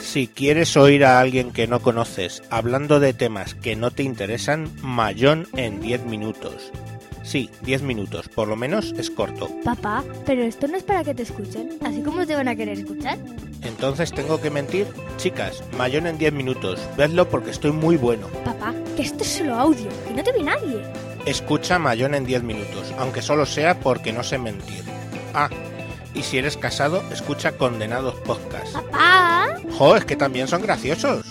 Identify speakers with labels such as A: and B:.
A: Si quieres oír a alguien que no conoces hablando de temas que no te interesan, Mayón en 10 minutos. Sí, 10 minutos, por lo menos es corto.
B: Papá, pero esto no es para que te escuchen. ¿Así como te van a querer escuchar?
A: Entonces tengo que mentir. Chicas, Mayón en 10 minutos, vedlo porque estoy muy bueno.
B: Papá, que esto es solo audio, que no te ve nadie.
A: Escucha Mayón en 10 minutos, aunque solo sea porque no sé mentir. Ah, y si eres casado, escucha Condenados Podcast.
B: Papá.
A: ¡Jo, es que también son graciosos!